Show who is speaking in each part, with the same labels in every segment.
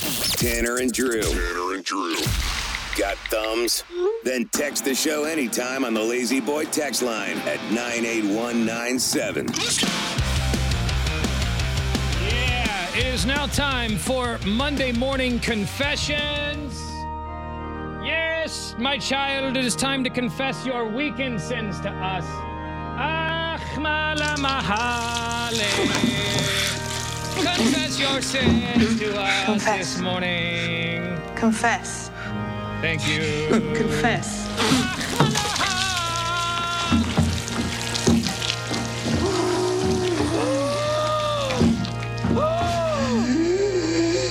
Speaker 1: Tanner and Drew.
Speaker 2: Tanner and Drew.
Speaker 1: Got thumbs? Then text the show anytime on the Lazy Boy text line at 98197.
Speaker 3: Yeah, it is now time for Monday Morning Confessions. Yes, my child, it is time to confess your weekend sins to us. Ahmala Mahale. Confess your sins to us
Speaker 4: Confess.
Speaker 3: this morning.
Speaker 4: Confess.
Speaker 3: Thank you.
Speaker 4: Confess.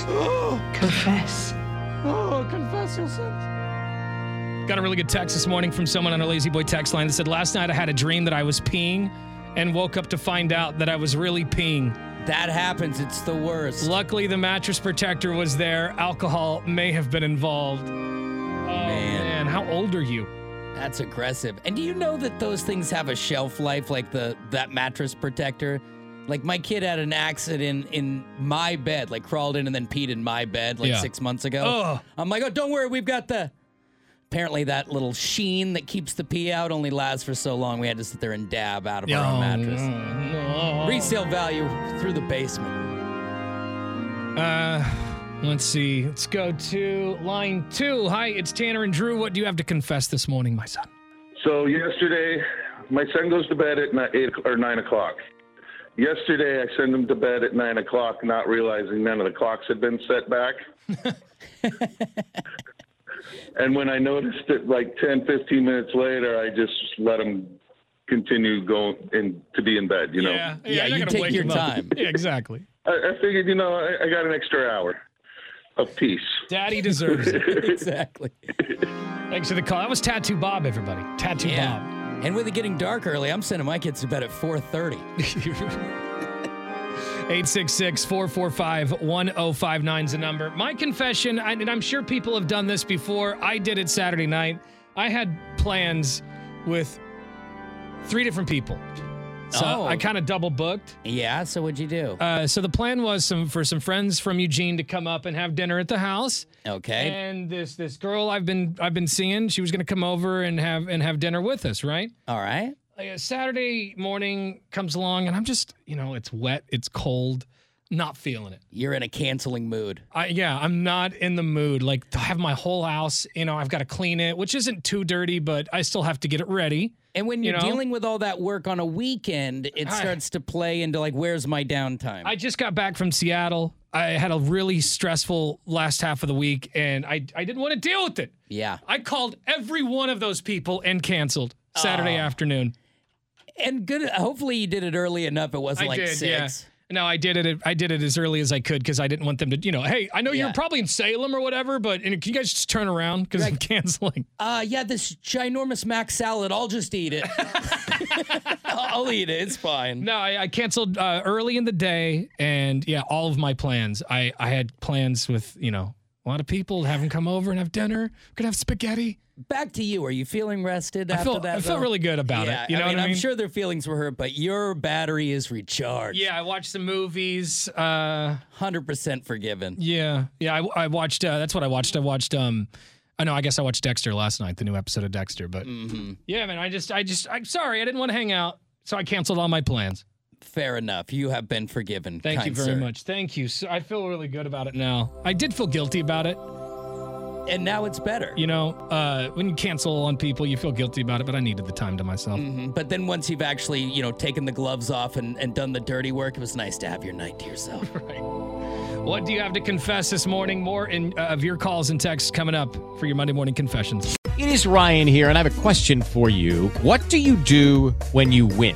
Speaker 3: Oh.
Speaker 4: Confess.
Speaker 3: Oh, confess your sins. Got a really good text this morning from someone on our Lazy Boy text line that said, Last night I had a dream that I was peeing and woke up to find out that I was really peeing.
Speaker 5: That happens. It's the worst.
Speaker 3: Luckily, the mattress protector was there. Alcohol may have been involved. Oh, man.
Speaker 5: Man.
Speaker 3: How old are you?
Speaker 5: That's aggressive. And do you know that those things have a shelf life, like the that mattress protector? Like my kid had an accident in my bed, like crawled in and then peed in my bed like
Speaker 3: Yeah.
Speaker 5: six months ago.
Speaker 3: Ugh.
Speaker 5: I'm like, oh, don't worry, we've got the. Apparently, that little sheen that keeps the pee out only lasts for so long. We had to sit there and dab out of our own mattress.
Speaker 3: Mm-hmm.
Speaker 5: Resale value through the basement.
Speaker 3: Uh, let's see. Let's go to line two. Hi, it's Tanner and Drew. What do you have to confess this morning, my son?
Speaker 6: So yesterday, my son goes to bed at ni- eight or nine o'clock. Yesterday, I sent him to bed at nine o'clock, not realizing none of the clocks had been set back. and when I noticed it, like 10, 15 minutes later, I just let him continue going in to be in bed. You know,
Speaker 5: Yeah,
Speaker 3: you're
Speaker 5: you
Speaker 3: gonna
Speaker 5: take
Speaker 3: wake
Speaker 5: your
Speaker 3: him up.
Speaker 5: time.
Speaker 3: Yeah, exactly.
Speaker 6: I, I figured, you know, I, I got an extra hour of peace.
Speaker 3: Daddy deserves it.
Speaker 5: exactly.
Speaker 3: Thanks for the call. That was Tattoo Bob, everybody. Tattoo
Speaker 5: Yeah.
Speaker 3: Bob.
Speaker 5: And with it getting dark early, I'm sending my kids to bed at 4:30.
Speaker 3: 866-445-1059 is the number. My confession, I- and I'm sure people have done this before. I did it Saturday night. I had plans with three different people. So
Speaker 5: Oh.
Speaker 3: I kind of double booked.
Speaker 5: Yeah. So what'd you do?
Speaker 3: Uh, so the plan was some for some friends from Eugene to come up and have dinner at the house.
Speaker 5: okay.
Speaker 3: And this this girl I've been I've been seeing, she was gonna come over and have and have dinner with us, right?
Speaker 5: All right.
Speaker 3: like a Saturday morning comes along and I'm just, you know, it's wet, it's cold, not feeling it.
Speaker 5: You're in a canceling mood.
Speaker 3: I yeah, I'm not in the mood. Like I have my whole house, you know, I've got to clean it, which isn't too dirty, but I still have to get it ready.
Speaker 5: And when
Speaker 3: You
Speaker 5: you're
Speaker 3: know?
Speaker 5: dealing with all that work on a weekend, it
Speaker 3: I-
Speaker 5: starts to play into like, where's my downtime?
Speaker 3: I just got back from Seattle. I had a really stressful last half of the week and I I didn't want to deal with it.
Speaker 5: yeah.
Speaker 3: I called every one of those people and canceled Saturday afternoon.
Speaker 5: And good. Hopefully you did it early enough. It wasn't like six.
Speaker 3: No, I did it. I did it as early as I could because I didn't want them to. You know, hey, I know you're
Speaker 5: Yeah.
Speaker 3: probably in Salem or whatever, but and can you guys just turn around because I'm canceling?
Speaker 5: Uh, yeah. This ginormous mac salad. I'll just eat it. I'll eat it. It's fine.
Speaker 3: No, I, I canceled uh, early in the day, and yeah, all of my plans. I I had plans with you know a lot of people have them come over and have dinner. Could have spaghetti.
Speaker 5: Back to you. Are you feeling rested
Speaker 3: I
Speaker 5: after
Speaker 3: felt
Speaker 5: that?
Speaker 3: I felt
Speaker 5: though?
Speaker 3: really good about
Speaker 5: yeah,
Speaker 3: it. You know
Speaker 5: I mean,
Speaker 3: what I mean?
Speaker 5: I'm sure their feelings were hurt, but your battery is recharged.
Speaker 3: Yeah, I watched some movies. Uh,
Speaker 5: Hundred percent forgiven.
Speaker 3: yeah, yeah. I, I watched. Uh, that's what I watched. I watched. Um, I know. I guess I watched Dexter last night, the new episode of Dexter. But
Speaker 5: hmm
Speaker 3: Yeah, man. I just, I just, I'm sorry. I didn't want to hang out, so I canceled all my plans.
Speaker 5: Fair enough. You have been forgiven.
Speaker 3: Thank you
Speaker 5: kind
Speaker 3: very
Speaker 5: sir.
Speaker 3: much. Thank you. So I feel really good about it now. I did feel guilty about it.
Speaker 5: And now it's better.
Speaker 3: You know, uh, when you cancel on people, you feel guilty about it. But I needed the time to myself.
Speaker 5: Mhm. But then once you've actually, you know, taken the gloves off and, and done the dirty work, it was nice to have your night to yourself.
Speaker 3: What do you have to confess this morning? More in, uh, of your calls and texts coming up for your Monday morning confessions.
Speaker 7: It is Ryan here, and I have a question for you. What do you do when you win?